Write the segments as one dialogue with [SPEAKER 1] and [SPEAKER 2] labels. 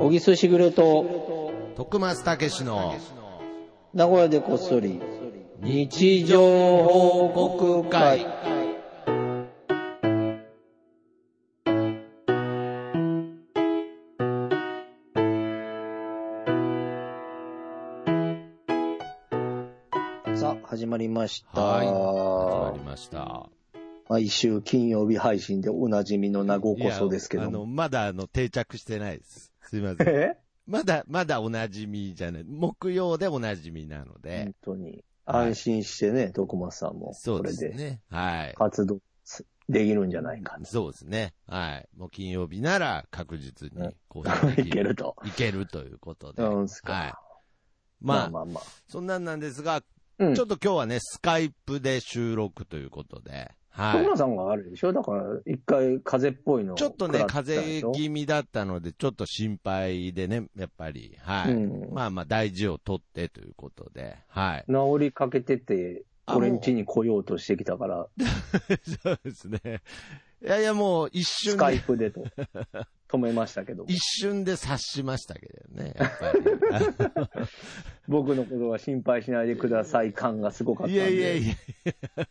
[SPEAKER 1] 小木すしぐれと、
[SPEAKER 2] 徳松たけしの
[SPEAKER 1] 名古屋でこっそり、日常報告会。さあ、始まりました。
[SPEAKER 2] はい始まりました。
[SPEAKER 1] 毎週金曜日配信でおなじみの名古屋こそですけ
[SPEAKER 2] いや
[SPEAKER 1] ど
[SPEAKER 2] あの、
[SPEAKER 1] も。
[SPEAKER 2] まだあの、定着してないです。すい ません。まだ、まだおなじみじゃない。木曜でおなじみなので
[SPEAKER 1] 本。当に。
[SPEAKER 2] はい
[SPEAKER 1] 安心してね、徳松さんも。
[SPEAKER 2] そう
[SPEAKER 1] こ
[SPEAKER 2] で
[SPEAKER 1] れ
[SPEAKER 2] す
[SPEAKER 1] で
[SPEAKER 2] ね。はい。
[SPEAKER 1] 活動できるんじゃないか
[SPEAKER 2] そうですね。はい。もう金曜日なら確
[SPEAKER 1] う
[SPEAKER 2] 実に
[SPEAKER 1] ん
[SPEAKER 2] 更
[SPEAKER 1] と。
[SPEAKER 2] 新で
[SPEAKER 1] い
[SPEAKER 2] き
[SPEAKER 1] け
[SPEAKER 2] る。
[SPEAKER 1] ると。
[SPEAKER 2] いけるということで。
[SPEAKER 1] うんすか
[SPEAKER 2] はい。
[SPEAKER 1] ま
[SPEAKER 2] ま
[SPEAKER 1] あ
[SPEAKER 2] あ、
[SPEAKER 1] まあまあ。
[SPEAKER 2] そんなんなんですが、
[SPEAKER 1] うん。
[SPEAKER 2] ちょ
[SPEAKER 1] 徳
[SPEAKER 2] っと今日はね、スカイプで収録ということで。はい。
[SPEAKER 1] 松さんがあるでしょだから、一回風邪っぽいのを
[SPEAKER 2] ちょっと
[SPEAKER 1] 食
[SPEAKER 2] ね、
[SPEAKER 1] らった
[SPEAKER 2] 風
[SPEAKER 1] でしょ
[SPEAKER 2] 邪気味だったので、ちょっと心配でね、やっぱり、はい。
[SPEAKER 1] うん
[SPEAKER 2] まあまあ、大事を取ってということで、はい。
[SPEAKER 1] 治りかけてて、
[SPEAKER 2] あ
[SPEAKER 1] 俺ん家に来ようとしてきたから、
[SPEAKER 2] そうですね。いやいや、もう一瞬
[SPEAKER 1] スカイ
[SPEAKER 2] で、
[SPEAKER 1] プでと。止めましたけども
[SPEAKER 2] 一瞬で察しましたけどね、やっぱり。
[SPEAKER 1] 僕のことは心配しないでください感がすごかった ん
[SPEAKER 2] いやいや
[SPEAKER 1] で、
[SPEAKER 2] いや、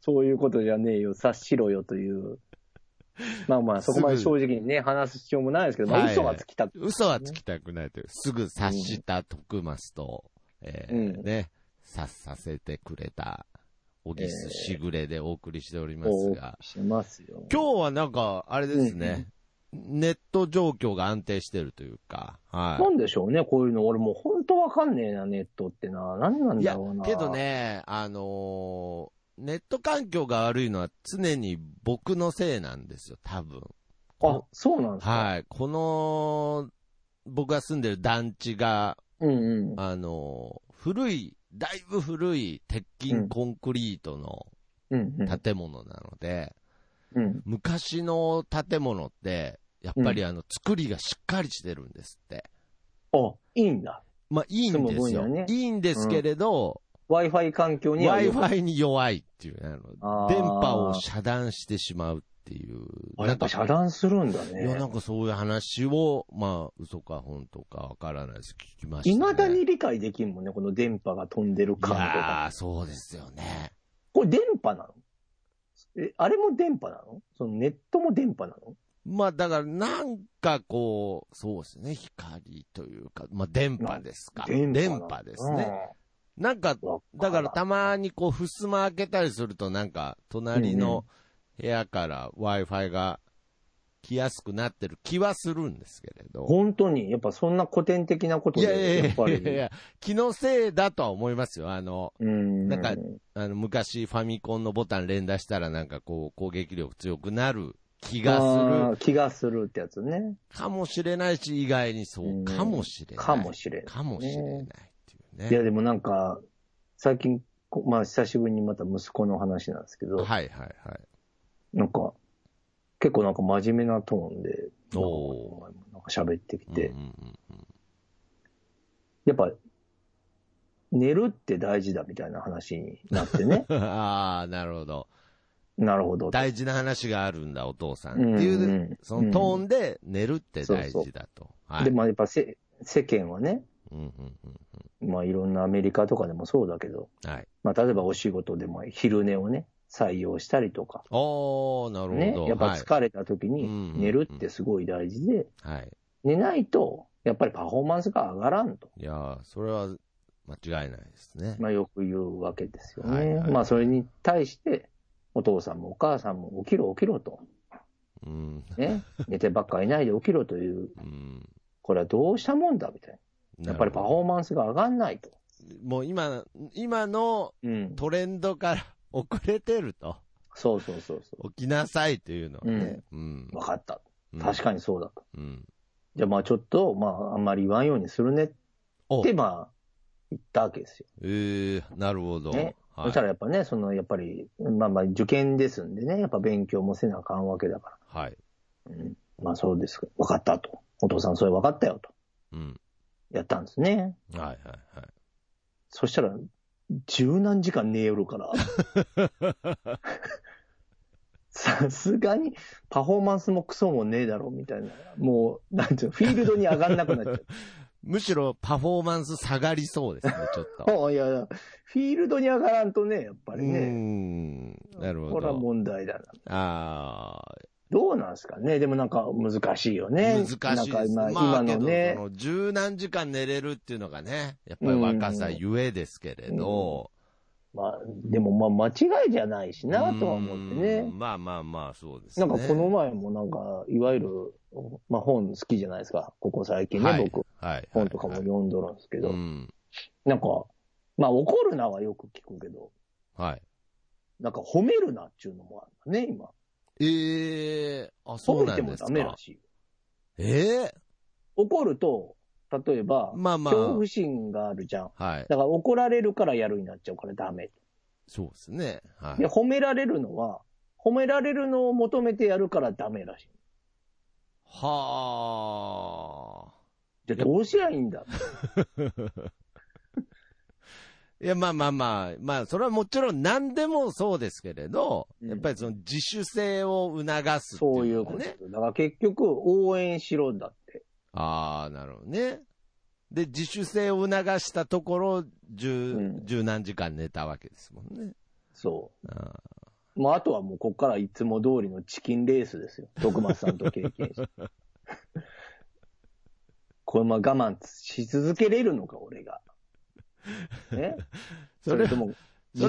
[SPEAKER 1] そういうことじゃねえよ、察しろよという。まあまあ、そこまで正直にね、話す必要もないですけど、まあ
[SPEAKER 2] はい
[SPEAKER 1] 嘘はつきたく
[SPEAKER 2] 嘘はつきたくないという、すぐ察した徳松と、えー
[SPEAKER 1] うん
[SPEAKER 2] ね、察させてくれた、小木すしぐれでお送りしております
[SPEAKER 1] こ
[SPEAKER 2] が、
[SPEAKER 1] うしてますよ。
[SPEAKER 2] 今日はなんか、あれですね、ネット状況が安定してるというか、は
[SPEAKER 1] なんでしょうね、こういうの。俺もう本当わかんねえな、ネットってな。何なん
[SPEAKER 2] い。い
[SPEAKER 1] だ
[SPEAKER 2] や
[SPEAKER 1] ろうな。、
[SPEAKER 2] けど。ね、あのーネット環境が悪いのは常に僕のせいなんですよ、多分。
[SPEAKER 1] あ、そうなんですか。
[SPEAKER 2] はい。この、僕が住んでる団地が、
[SPEAKER 1] うんうん。
[SPEAKER 2] あのー古い、だいぶ古い鉄筋コンクリートの
[SPEAKER 1] うんうん。
[SPEAKER 2] 建物なので、
[SPEAKER 1] うん。
[SPEAKER 2] 昔の建物って、やっぱりあの、作りがしっかりしてるんですって。
[SPEAKER 1] あ、いいんだ。
[SPEAKER 2] まあ、いいんです
[SPEAKER 1] 住む分に
[SPEAKER 2] よ。
[SPEAKER 1] はね
[SPEAKER 2] いいんですけれど、
[SPEAKER 1] Wi-Fi 環境には良く
[SPEAKER 2] Wi-Fi に弱いっていうね、
[SPEAKER 1] あー
[SPEAKER 2] あの、電波を遮断してしまうっていう。
[SPEAKER 1] あやっぱ遮断するんだね
[SPEAKER 2] い。や、なんかそういう話を、まあ、嘘か本当かわからないです。聞きました、ね。
[SPEAKER 1] いまだに理解できんもんね、この電波が飛んでる
[SPEAKER 2] い
[SPEAKER 1] 感とか。
[SPEAKER 2] やー、そうですよね。
[SPEAKER 1] これ電波なのえ、あれも電波なのそのネットも電波なの
[SPEAKER 2] まあ、だから、なんかこう、そうですね、光というか、まあ、電波ですか。電波ですね。。なんか、
[SPEAKER 1] うん
[SPEAKER 2] だからたまにこう、襖開けたりするとなんか、隣の部屋から Wi-Fi が来やすくなってる気はするんですけれど。
[SPEAKER 1] 本当に、やっぱそんな古典的なこと
[SPEAKER 2] いやい
[SPEAKER 1] で、
[SPEAKER 2] や
[SPEAKER 1] やっ
[SPEAKER 2] い
[SPEAKER 1] ぱ
[SPEAKER 2] や
[SPEAKER 1] り。
[SPEAKER 2] いやいや、気のせいだとは思いますよ。あの、
[SPEAKER 1] うん。
[SPEAKER 2] なんかあの昔ファミコンのボタン連打したらなんかこう、攻撃力強くなる気
[SPEAKER 1] 気
[SPEAKER 2] がする
[SPEAKER 1] る。気がするってやつね。
[SPEAKER 2] かもしれないし、意外にそうかもしれない。
[SPEAKER 1] かもしれな
[SPEAKER 2] かもしれないっていうね。
[SPEAKER 1] い。いや、でもなんか、最近、こまあ久しぶりにまた息子の話なんですけど、
[SPEAKER 2] はいはいはい。
[SPEAKER 1] なんか、結構なんか真面目なトーンで、なんか
[SPEAKER 2] おー
[SPEAKER 1] なんか喋ってきて、
[SPEAKER 2] うんうんうん。
[SPEAKER 1] やっぱ、寝るって大事だみたいな話になってね
[SPEAKER 2] ああ、なるほど。
[SPEAKER 1] なるほど。
[SPEAKER 2] 大事な話があるんだ、お父さん。
[SPEAKER 1] うん
[SPEAKER 2] っていう、
[SPEAKER 1] うん
[SPEAKER 2] そのトーンで寝るって大
[SPEAKER 1] そうそ
[SPEAKER 2] 事
[SPEAKER 1] う
[SPEAKER 2] だと。はい。
[SPEAKER 1] で、まあやっぱせ世間はね、
[SPEAKER 2] うんうんうん
[SPEAKER 1] まあいろんなアメリカとかでもそうだけど、
[SPEAKER 2] うん。はい。
[SPEAKER 1] まあ例えばお仕事でも昼寝をね、採用したりとか、
[SPEAKER 2] おー、なる
[SPEAKER 1] ね
[SPEAKER 2] ほど。、
[SPEAKER 1] やっぱ
[SPEAKER 2] はい。
[SPEAKER 1] 疲れた時
[SPEAKER 2] はいうんうんう
[SPEAKER 1] に
[SPEAKER 2] ん
[SPEAKER 1] 寝るってすごい大事で、
[SPEAKER 2] はい。
[SPEAKER 1] 寝ないとやっぱりパフォーマンスが上がらんと、
[SPEAKER 2] いやーそれは間違いないですね。
[SPEAKER 1] まあよく言うわけですよね。
[SPEAKER 2] はいはい
[SPEAKER 1] まあそれに対して、お父さんもお母さんも起きろ起きろと、
[SPEAKER 2] うん。
[SPEAKER 1] ね、寝てばっかいないで起きろという、
[SPEAKER 2] うん。
[SPEAKER 1] これはどうしたもんだみたいな。やっぱりパフ
[SPEAKER 2] なる
[SPEAKER 1] ォーマンスが上がんないと。
[SPEAKER 2] ほどもう今、今の
[SPEAKER 1] うん。
[SPEAKER 2] トレンドから 遅れてると。
[SPEAKER 1] そうそうそうそ
[SPEAKER 2] 起きなさいというのはね。うん
[SPEAKER 1] う。。分かった。
[SPEAKER 2] うん
[SPEAKER 1] 確かにそうだと。
[SPEAKER 2] うん。
[SPEAKER 1] じゃあまあちょっと、まああんまり言わんようにするねっ
[SPEAKER 2] お
[SPEAKER 1] て、まあ言ったわけですよ。
[SPEAKER 2] えー、なるほど。
[SPEAKER 1] ね
[SPEAKER 2] は
[SPEAKER 1] そ
[SPEAKER 2] い
[SPEAKER 1] した。らやっぱね、そのやっぱり、まあまあ受験ですんでね、やっぱ勉強もせなあかんわけだか
[SPEAKER 2] はい。
[SPEAKER 1] ら。うん。まあそうです。分かったと。お父さんそれ分かったよと。
[SPEAKER 2] うん。
[SPEAKER 1] やったんですね。
[SPEAKER 2] はいはいはい。
[SPEAKER 1] そした ら、十何時間寝よるから。さすがにパフォーマンスもクソもねえだろ、みたいな。もう、なんていうの、フィールドに上がんなくなっちゃ う。
[SPEAKER 2] むしろパフォーマンス下がりそうですね、ちょっと。
[SPEAKER 1] そういやいや、フィールドに上がらんとね、やっぱり
[SPEAKER 2] うー
[SPEAKER 1] ね。
[SPEAKER 2] ん。なるほ
[SPEAKER 1] これは
[SPEAKER 2] ど。
[SPEAKER 1] 問題だな。
[SPEAKER 2] ああ、
[SPEAKER 1] どうなんですかねでもなんか難しいよね。
[SPEAKER 2] 難しいです。
[SPEAKER 1] なんか今,、
[SPEAKER 2] まあ、
[SPEAKER 1] 今の
[SPEAKER 2] け
[SPEAKER 1] ね
[SPEAKER 2] ど、そ。の十何時間寝れるっていうのがね、やっぱり若さゆえですけれど。
[SPEAKER 1] まあ、でもまあ間違いじゃないしなとは思って
[SPEAKER 2] う
[SPEAKER 1] ね
[SPEAKER 2] ん。まあまあまあ、そうです
[SPEAKER 1] な
[SPEAKER 2] ね。
[SPEAKER 1] んかこの前もなんか、いわゆる、まあ本好きじゃないですか。ここ最近ね、
[SPEAKER 2] はい
[SPEAKER 1] 僕。
[SPEAKER 2] はいはい。
[SPEAKER 1] 本とかも
[SPEAKER 2] はい
[SPEAKER 1] 読んどるんですけど。
[SPEAKER 2] うん。
[SPEAKER 1] なんか、まあ怒るなはよく聞くけど、
[SPEAKER 2] はい。
[SPEAKER 1] なんか褒めるなっていうのもあるんだね、今。
[SPEAKER 2] ええあ、そ
[SPEAKER 1] 褒
[SPEAKER 2] う
[SPEAKER 1] め
[SPEAKER 2] な
[SPEAKER 1] て
[SPEAKER 2] ん
[SPEAKER 1] も
[SPEAKER 2] です
[SPEAKER 1] ダメ。
[SPEAKER 2] から
[SPEAKER 1] しい。
[SPEAKER 2] ええ
[SPEAKER 1] 怒ると、例えば、
[SPEAKER 2] まあま
[SPEAKER 1] 恐怖
[SPEAKER 2] あ。
[SPEAKER 1] 心があるじゃん。
[SPEAKER 2] は
[SPEAKER 1] だ
[SPEAKER 2] い。
[SPEAKER 1] から怒られるからやるになっちゃうからダメ。
[SPEAKER 2] そうですね。は
[SPEAKER 1] で、
[SPEAKER 2] い。
[SPEAKER 1] 褒められるのは、褒められるのを求めてやるからダメらしい。
[SPEAKER 2] はあ。
[SPEAKER 1] じゃあどうしりゃいいん だ
[SPEAKER 2] いや、まあまあまあ、まあ、それはもちろん何でもそうですけれど、
[SPEAKER 1] うん
[SPEAKER 2] やっぱりその自主性を促すって
[SPEAKER 1] そうい
[SPEAKER 2] いうう
[SPEAKER 1] こと。
[SPEAKER 2] かね。
[SPEAKER 1] だから結局、応援しろんだって。
[SPEAKER 2] ああ、なるほどね。で、自主性を促したところ、十、
[SPEAKER 1] うん
[SPEAKER 2] 十何時間寝たわけですもんね。
[SPEAKER 1] そ
[SPEAKER 2] あ
[SPEAKER 1] う。まあ、あとはもうこっからいつも通りのチキンレースですよ。徳松さんと経験 して。これまあ我慢し続けれるのか、俺が。ねそ
[SPEAKER 2] それ
[SPEAKER 1] れとも、
[SPEAKER 2] そ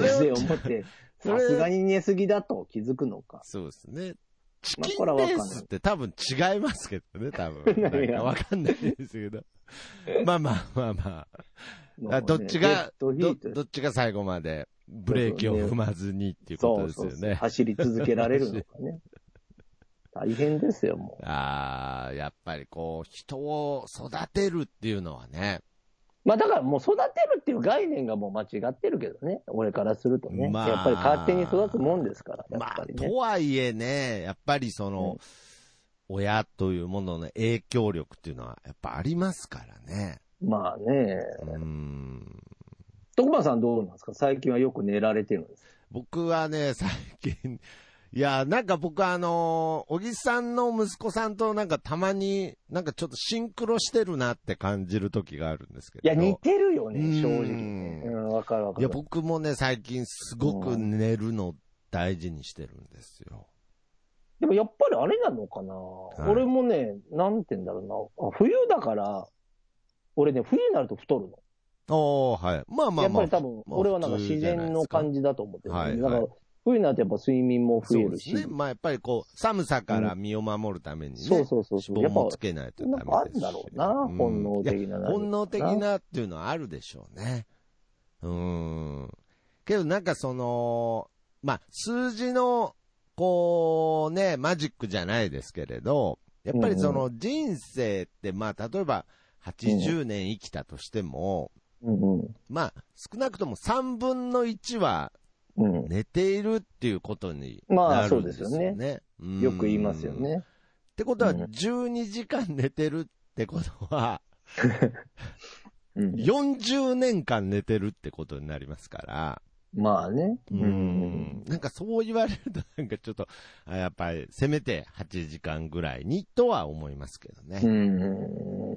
[SPEAKER 1] 人
[SPEAKER 2] れを
[SPEAKER 1] 生を持って、
[SPEAKER 2] それ
[SPEAKER 1] さすがに寝すぎだと気づくのか。
[SPEAKER 2] そうですね。チ
[SPEAKER 1] まあ
[SPEAKER 2] キ
[SPEAKER 1] こ
[SPEAKER 2] ン
[SPEAKER 1] れはわかん
[SPEAKER 2] レー
[SPEAKER 1] ない
[SPEAKER 2] スって多分違いますけどね、多分。な
[SPEAKER 1] 何
[SPEAKER 2] ん
[SPEAKER 1] が
[SPEAKER 2] かわかんないですけど。まあまあまあまあ。あどっちが、
[SPEAKER 1] デッドヒ
[SPEAKER 2] ど
[SPEAKER 1] ート
[SPEAKER 2] どっちが最後までブレーキを踏まずにっていうことですよ
[SPEAKER 1] そうそうそう
[SPEAKER 2] ね。
[SPEAKER 1] 走り続けられるのか ね。大変ですよ、も
[SPEAKER 2] ああ、やっぱりこう、人を育てるっていうのはね。
[SPEAKER 1] う。まあだからもう育てるっていう概念がもう間違ってるけどね。俺からするとね。
[SPEAKER 2] まあ
[SPEAKER 1] やっぱり勝手に育つもんですから、やっ
[SPEAKER 2] ま
[SPEAKER 1] ぱ
[SPEAKER 2] あ
[SPEAKER 1] り、ね。
[SPEAKER 2] とはいえね、やっぱりその、親というものの影響力っていうのは、やっぱありますからね。
[SPEAKER 1] まあね。
[SPEAKER 2] うーん。
[SPEAKER 1] 徳間さんどうなんですか最近はよく寝られてるんですか
[SPEAKER 2] 僕はね、 最近、いや、なんか僕あの、小木さんの息子さんとなんかたまに、なんかちょっとシンクロしてるなって感じる時があるんですけ
[SPEAKER 1] い
[SPEAKER 2] ど。
[SPEAKER 1] や、似てるよ
[SPEAKER 2] うん
[SPEAKER 1] ね、正直ね。うん、わかるわか
[SPEAKER 2] い
[SPEAKER 1] る。
[SPEAKER 2] や、僕もね、最近すごく寝るの大事にしてるんですよ。
[SPEAKER 1] でもやっぱりあれなのかな、
[SPEAKER 2] い
[SPEAKER 1] 俺もね、なんて言うんだろうな。あ冬だから、俺ね、冬になると太るの。
[SPEAKER 2] おー、はい。まあま
[SPEAKER 1] や
[SPEAKER 2] あ
[SPEAKER 1] っ
[SPEAKER 2] まあ。
[SPEAKER 1] ぱり多分、俺はなんか自然の感じだと思ってる。
[SPEAKER 2] はいはい
[SPEAKER 1] だから、冬になるとやっぱ睡眠も増え
[SPEAKER 2] そう
[SPEAKER 1] る
[SPEAKER 2] で
[SPEAKER 1] し。
[SPEAKER 2] すね。まあやっぱりこう、寒さから身を守るためにね。
[SPEAKER 1] そうそうそうそうや
[SPEAKER 2] 脂肪
[SPEAKER 1] っぱ
[SPEAKER 2] もつ、けないとダ
[SPEAKER 1] なん
[SPEAKER 2] メですし。
[SPEAKER 1] かあるんだろうな、
[SPEAKER 2] うん
[SPEAKER 1] 本能的な。
[SPEAKER 2] いや本能的。なっていうのはあるでしょうね。うーん。けどなんかその、まあ、数字の、こうね、マジックじゃないですけれど、やっぱりその人生って、まあ、例えば80年生きたとしても、
[SPEAKER 1] うんうん。
[SPEAKER 2] まあ、少なくとも3分の1は
[SPEAKER 1] うん。
[SPEAKER 2] 寝ているっていうことに
[SPEAKER 1] まあ
[SPEAKER 2] なるんですよ
[SPEAKER 1] そう
[SPEAKER 2] ね。
[SPEAKER 1] で
[SPEAKER 2] うん
[SPEAKER 1] よく言いますよ。ね。
[SPEAKER 2] ってことは、
[SPEAKER 1] うん
[SPEAKER 2] 12時間寝てるってことは、
[SPEAKER 1] うん。
[SPEAKER 2] 40年間寝てるってことになりますから、
[SPEAKER 1] まあね。
[SPEAKER 2] うん。なんかそう言われると、なんかちょっと、あやっぱり、せめて8時間ぐらいにとは思いますけど
[SPEAKER 1] う
[SPEAKER 2] ね。
[SPEAKER 1] ん。
[SPEAKER 2] い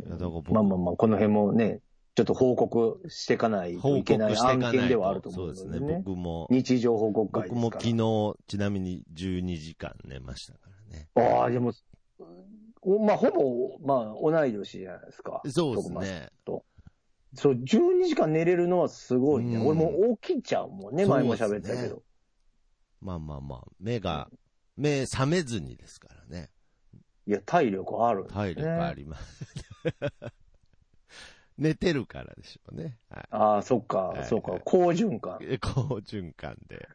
[SPEAKER 2] やだから僕
[SPEAKER 1] まあまあまあ、この辺もね、ちょっと報告していかないと
[SPEAKER 2] 報
[SPEAKER 1] いけな
[SPEAKER 2] 告
[SPEAKER 1] い
[SPEAKER 2] してい
[SPEAKER 1] 案
[SPEAKER 2] か
[SPEAKER 1] 件
[SPEAKER 2] ない
[SPEAKER 1] ではある
[SPEAKER 2] と。
[SPEAKER 1] と
[SPEAKER 2] そ
[SPEAKER 1] 思
[SPEAKER 2] う
[SPEAKER 1] う
[SPEAKER 2] で
[SPEAKER 1] の
[SPEAKER 2] す
[SPEAKER 1] で
[SPEAKER 2] ね。
[SPEAKER 1] ね。
[SPEAKER 2] 僕も、
[SPEAKER 1] 日常報告会で
[SPEAKER 2] 僕
[SPEAKER 1] す
[SPEAKER 2] も
[SPEAKER 1] から。
[SPEAKER 2] 昨日、ちなみに12時間寝ましたからね。
[SPEAKER 1] ああ、でも、おまあ、ほぼ、まあ、同い年じゃないですか。
[SPEAKER 2] そうです
[SPEAKER 1] 徳松
[SPEAKER 2] ね。
[SPEAKER 1] そう、12時間寝れるのはすごいね。
[SPEAKER 2] うん
[SPEAKER 1] 俺もう起きちゃうもんね、
[SPEAKER 2] そ
[SPEAKER 1] 前
[SPEAKER 2] うですね
[SPEAKER 1] も喋ったけど。
[SPEAKER 2] まあまあまあ、目が、目覚めずにですからね。
[SPEAKER 1] いや、体力あるんですね。
[SPEAKER 2] 体力あります。寝てるからでしょうね。はい。
[SPEAKER 1] ああ、そっか
[SPEAKER 2] は、い
[SPEAKER 1] そっか、好循環。
[SPEAKER 2] え好循環で。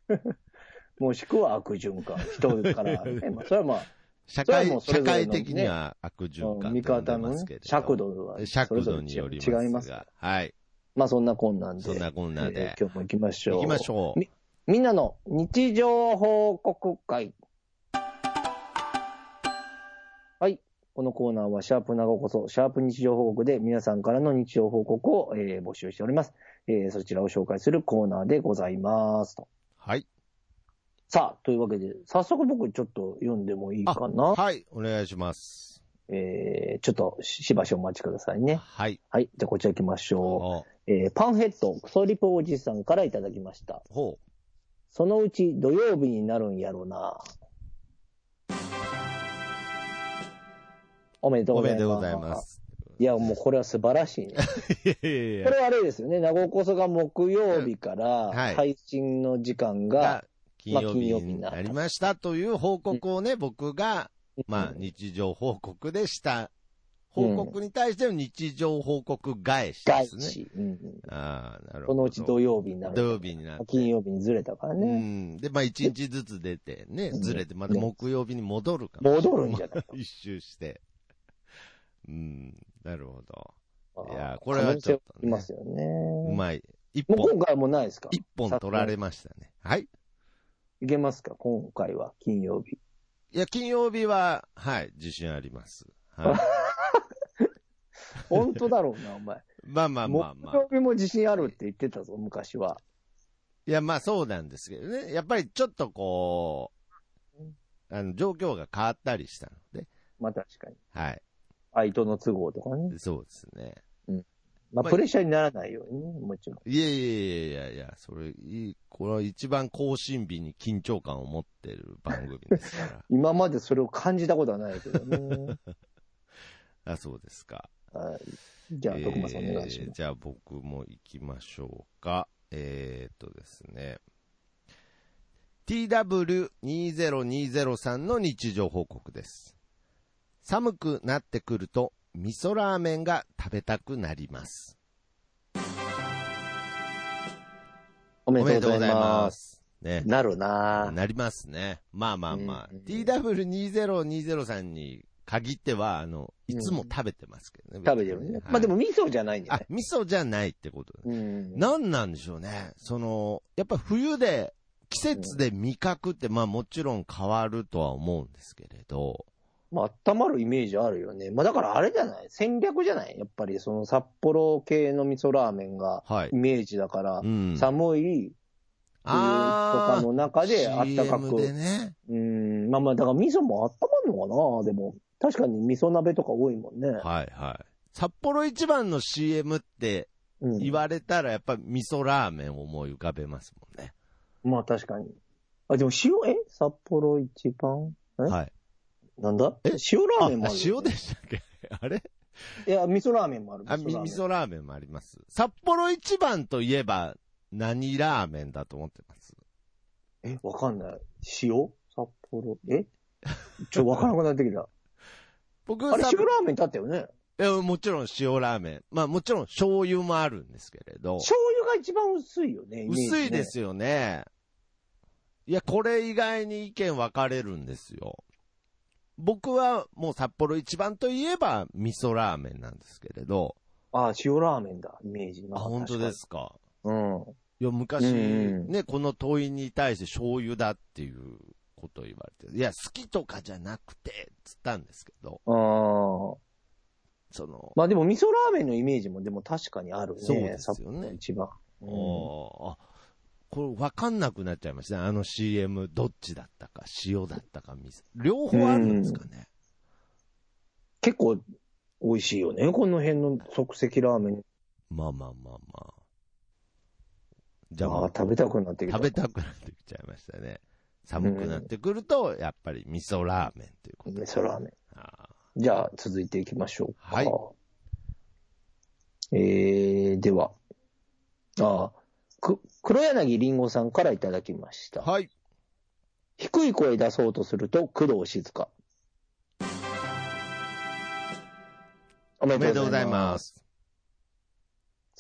[SPEAKER 1] もしくは悪循環。人から、 ね。まあ、それはまあ
[SPEAKER 2] 社
[SPEAKER 1] それはも
[SPEAKER 2] 会、
[SPEAKER 1] うそれ
[SPEAKER 2] 社
[SPEAKER 1] ぞれのね
[SPEAKER 2] 会的には悪循環
[SPEAKER 1] 見
[SPEAKER 2] と呼んで
[SPEAKER 1] 方の
[SPEAKER 2] ますけ
[SPEAKER 1] ね
[SPEAKER 2] れ、ど。
[SPEAKER 1] 尺度は、
[SPEAKER 2] 尺度によります
[SPEAKER 1] それぞ
[SPEAKER 2] が。
[SPEAKER 1] れ違いますが。
[SPEAKER 2] はい。
[SPEAKER 1] まあ、そんなこんなんで。
[SPEAKER 2] そんなこんなで
[SPEAKER 1] えー。今日も行きましょう。
[SPEAKER 2] 行きましょう。
[SPEAKER 1] みんなの日常報告会。はい。このコーナーは、シャープなごこそ、シャープ日常報告で皆さんからの日常報告を、えー募集しております、えーそちらを紹介するコーナーでございますと。
[SPEAKER 2] はい。
[SPEAKER 1] さあ、というわけで、早速僕ちょっと読んでもいい
[SPEAKER 2] あ
[SPEAKER 1] かな。
[SPEAKER 2] はい、お願いします。
[SPEAKER 1] えー、ちょっとししばしお待ちくださいね。
[SPEAKER 2] はい。
[SPEAKER 1] はい。じゃあこちら行きましょ
[SPEAKER 2] ほ
[SPEAKER 1] う。えー、パンヘッド、クソリポおじさんからいただきました。
[SPEAKER 2] う。ほ
[SPEAKER 1] そのうち土曜日になるんやろな。おめで
[SPEAKER 2] う
[SPEAKER 1] とう
[SPEAKER 2] お
[SPEAKER 1] ござ
[SPEAKER 2] め
[SPEAKER 1] いま。
[SPEAKER 2] ですとうございま。 す。
[SPEAKER 1] いや、もうこれは素晴らしいね。
[SPEAKER 2] いやいやい
[SPEAKER 1] これ
[SPEAKER 2] や
[SPEAKER 1] はあれですよね。名古屋こそが木曜日から
[SPEAKER 2] はい
[SPEAKER 1] 配信の時間が
[SPEAKER 2] が、金曜日
[SPEAKER 1] まあ金曜日
[SPEAKER 2] に
[SPEAKER 1] にな
[SPEAKER 2] なりましたという報告をね、僕が、まあ、
[SPEAKER 1] うん
[SPEAKER 2] 日常報告でした。報告に対しての日常報告返しで
[SPEAKER 1] 外
[SPEAKER 2] すね。
[SPEAKER 1] 資。うんうん
[SPEAKER 2] ああ、なるほど。
[SPEAKER 1] このうち土曜日になる。
[SPEAKER 2] 土曜日になって。
[SPEAKER 1] 金曜日にずれたから
[SPEAKER 2] う
[SPEAKER 1] ね。
[SPEAKER 2] ん。で、まあ、一日ずつ出て、ね、
[SPEAKER 1] うん
[SPEAKER 2] ずれて、また木曜日に戻るかも
[SPEAKER 1] 戻るんじゃないか
[SPEAKER 2] 一周して。うん、なるほど。
[SPEAKER 1] な。
[SPEAKER 2] いやこれはちょっとね
[SPEAKER 1] 可能性ありますよね。
[SPEAKER 2] う
[SPEAKER 1] も
[SPEAKER 2] まい。一
[SPEAKER 1] う
[SPEAKER 2] 本、
[SPEAKER 1] 今回はもうないですか
[SPEAKER 2] 一本取られましたね。はい。
[SPEAKER 1] いけますか今回は金曜日。
[SPEAKER 2] いや、金曜日は、はい、自信あります。はい。
[SPEAKER 1] 本当だろうな、お前。
[SPEAKER 2] まあまあまあまあ
[SPEAKER 1] 木。曜日も自信あるって言ってたぞ、昔は。
[SPEAKER 2] いや、まあそうなんですけどね。やっぱりちょっとこう、あの、状況が変わったりしたので、
[SPEAKER 1] まあ確かに。
[SPEAKER 2] はい。
[SPEAKER 1] 相手の都合とかね。
[SPEAKER 2] そうですね。
[SPEAKER 1] まあプレッシャーにならないようにね、もちろん。
[SPEAKER 2] いやいやいやいやいや、それ、いい、これは一番更新日に緊張感を持ってる番組ですか
[SPEAKER 1] 今までそれを感じたことはないけど ね。
[SPEAKER 2] ら。あ、そうですか。
[SPEAKER 1] はい。じゃあ、徳間さんお願いし
[SPEAKER 2] えー
[SPEAKER 1] ます。
[SPEAKER 2] じゃあ僕も行きましょうか。えー、っとですね。TW2020 さんの日常報告です。寒くなってくると、味噌ラーメンが食べたくなります。
[SPEAKER 1] お
[SPEAKER 2] お
[SPEAKER 1] めで
[SPEAKER 2] めで
[SPEAKER 1] と
[SPEAKER 2] と
[SPEAKER 1] う
[SPEAKER 2] う
[SPEAKER 1] ござ
[SPEAKER 2] ござ
[SPEAKER 1] い
[SPEAKER 2] い
[SPEAKER 1] ま。
[SPEAKER 2] ますす。ね。
[SPEAKER 1] なるなぁ
[SPEAKER 2] なりますね。まあまあまあ
[SPEAKER 1] うん。
[SPEAKER 2] TW2020 さんに限っては、あの、いつも食べてますけどね。
[SPEAKER 1] 食べてるね。まあでも
[SPEAKER 2] はい、
[SPEAKER 1] 味噌じゃないんじゃ
[SPEAKER 2] あ
[SPEAKER 1] ない、
[SPEAKER 2] 味噌じゃないってことだね
[SPEAKER 1] うん。
[SPEAKER 2] なんなんでしょうね。その、やっぱ冬で、季節で味覚って、まあもちろん変わるとは思うんですけれど、
[SPEAKER 1] まあ、温まるイメージあるよね。まあ、だからあれじゃない戦略じゃないやっぱり、その札幌系の味噌ラーメンが、
[SPEAKER 2] はい
[SPEAKER 1] イ。メージだから、
[SPEAKER 2] うん。
[SPEAKER 1] 寒い冬と
[SPEAKER 2] あ
[SPEAKER 1] か
[SPEAKER 2] ー
[SPEAKER 1] の中であったか
[SPEAKER 2] CM
[SPEAKER 1] く。
[SPEAKER 2] でね。
[SPEAKER 1] うん。まあまあ、だから味噌も温まるのかなでも、確かに味噌鍋とか多いもんね。
[SPEAKER 2] はいはい。札幌一番の CM って
[SPEAKER 1] うん。
[SPEAKER 2] 言われたらやっぱ味噌ラーメンを思い浮かべますもんね。
[SPEAKER 1] まあ確かに。あ、でも塩、え札幌一番え
[SPEAKER 2] はい。
[SPEAKER 1] なんだ
[SPEAKER 2] え
[SPEAKER 1] 塩ラ
[SPEAKER 2] あ
[SPEAKER 1] ーメンもある、
[SPEAKER 2] 塩でしたっけ あれ
[SPEAKER 1] いや、味噌ラーメンもある。
[SPEAKER 2] あ、み
[SPEAKER 1] ラーメン
[SPEAKER 2] 味噌ラーメンもあります。札幌一番といえば何ラーメンだと思ってます
[SPEAKER 1] え、わかんない。塩札幌。えちょ、わからなくなってきた。
[SPEAKER 2] 僕、
[SPEAKER 1] あれ、
[SPEAKER 2] 札
[SPEAKER 1] 塩ラーメンだったよね。
[SPEAKER 2] いや、もちろん塩ラーメン。まあもちろん醤油もあるんですけれど。
[SPEAKER 1] 醤油が一番薄いよね。イメージね
[SPEAKER 2] 薄いで。すよね。いや、これ以外に意見分かれるんですよ。僕はもう札幌一番といえば味噌ラーメンなんですけれど。
[SPEAKER 1] ああ、塩ラーメンだ。イメージ
[SPEAKER 2] あ、
[SPEAKER 1] な。
[SPEAKER 2] 本当ですか。
[SPEAKER 1] 確かに。うん。
[SPEAKER 2] いや、昔、
[SPEAKER 1] うん
[SPEAKER 2] ね、この問いに対して醤油だっていうことを言われて。いや、好きとかじゃなくて、つったんですけど。
[SPEAKER 1] ああ。
[SPEAKER 2] その、
[SPEAKER 1] まあでも、味噌ラーメンのイメージもでも確かにあるね。
[SPEAKER 2] そうですよね
[SPEAKER 1] 札幌一番。うん
[SPEAKER 2] おーあ、これ分かんなくなっちゃいましたね。あの CM、どっちだったか、塩だったか、水。両方あるんですかね。
[SPEAKER 1] 結構、美味しいよね。この辺の即席ラーメン。
[SPEAKER 2] まあまあまあまあ。じゃあ
[SPEAKER 1] あ
[SPEAKER 2] も
[SPEAKER 1] あ
[SPEAKER 2] う、
[SPEAKER 1] 食べたくなってきた。
[SPEAKER 2] 食べたくなってきちゃいましたね。寒くなってくると、やっぱり味噌ラーメンということ
[SPEAKER 1] 味
[SPEAKER 2] で。
[SPEAKER 1] 噌ラーメン。
[SPEAKER 2] あー
[SPEAKER 1] じゃあ、続いていきましょうか。
[SPEAKER 2] はい。
[SPEAKER 1] えー、では。ああ、く、黒柳りんごさんからいただきました。
[SPEAKER 2] はい。
[SPEAKER 1] 低い声出そうとすると、工藤静香。お
[SPEAKER 2] お
[SPEAKER 1] め
[SPEAKER 2] めでとうござい
[SPEAKER 1] ま。
[SPEAKER 2] ますす。